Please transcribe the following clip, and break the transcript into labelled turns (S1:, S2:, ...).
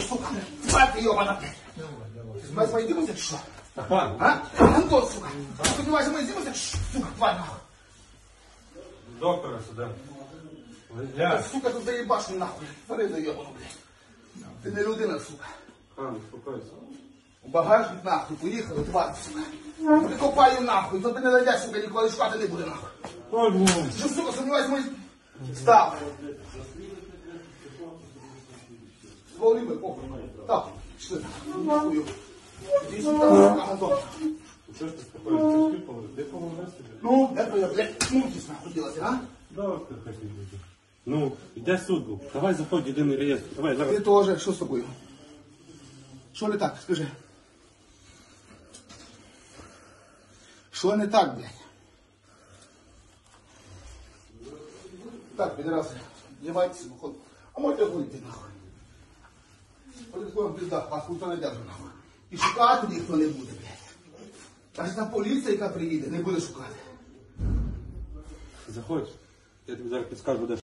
S1: сука, тварь ёбана. Мы с моей дымой что?
S2: Степан,
S1: А? Антон, сука. Сумевайся, мы дымой сука, тварь нахуй.
S2: доктора сюди.
S1: Ты,
S2: Лежать.
S1: Сука, ты заебашь нахуй. Смотри за ёбану, блядь. Ты не людина, сука.
S2: Степан, успокойся.
S1: У багажник нахуй, поїхали, тварь, сука. Ну Прикопаю нахуй, то ти не дадя, сука, ніколи шукати не буде нахуй.
S2: ну.
S1: Ти Що, сука, сумніваюся, ми... Став. Звали ми, похуй. Так, пішли. Хуй. Іди сюди, сука, Антон.
S2: Чого ж ти спокоїшся? Ти ж піпали, ти поможеш собі.
S1: Ну, это я, блядь, мультис нахуй делать, а?
S2: Доктор хотів бути. Ну, йде суд був. Давай заходь в єдиний реєстр. Давай, зараз.
S1: Ты тоже, что с тобой? Что не так, скажи? Что не так, блядь? Так, пидорасы, девайтесь, выход. А можете выйти нахуй? Полицейскому пизда, вас ніхто не держит нахуй. І шукати ніхто не буде, блядь. Навіть там поліція, яка приїде, не буде шукати.
S2: Заходь. Я тобі зараз підскажу, де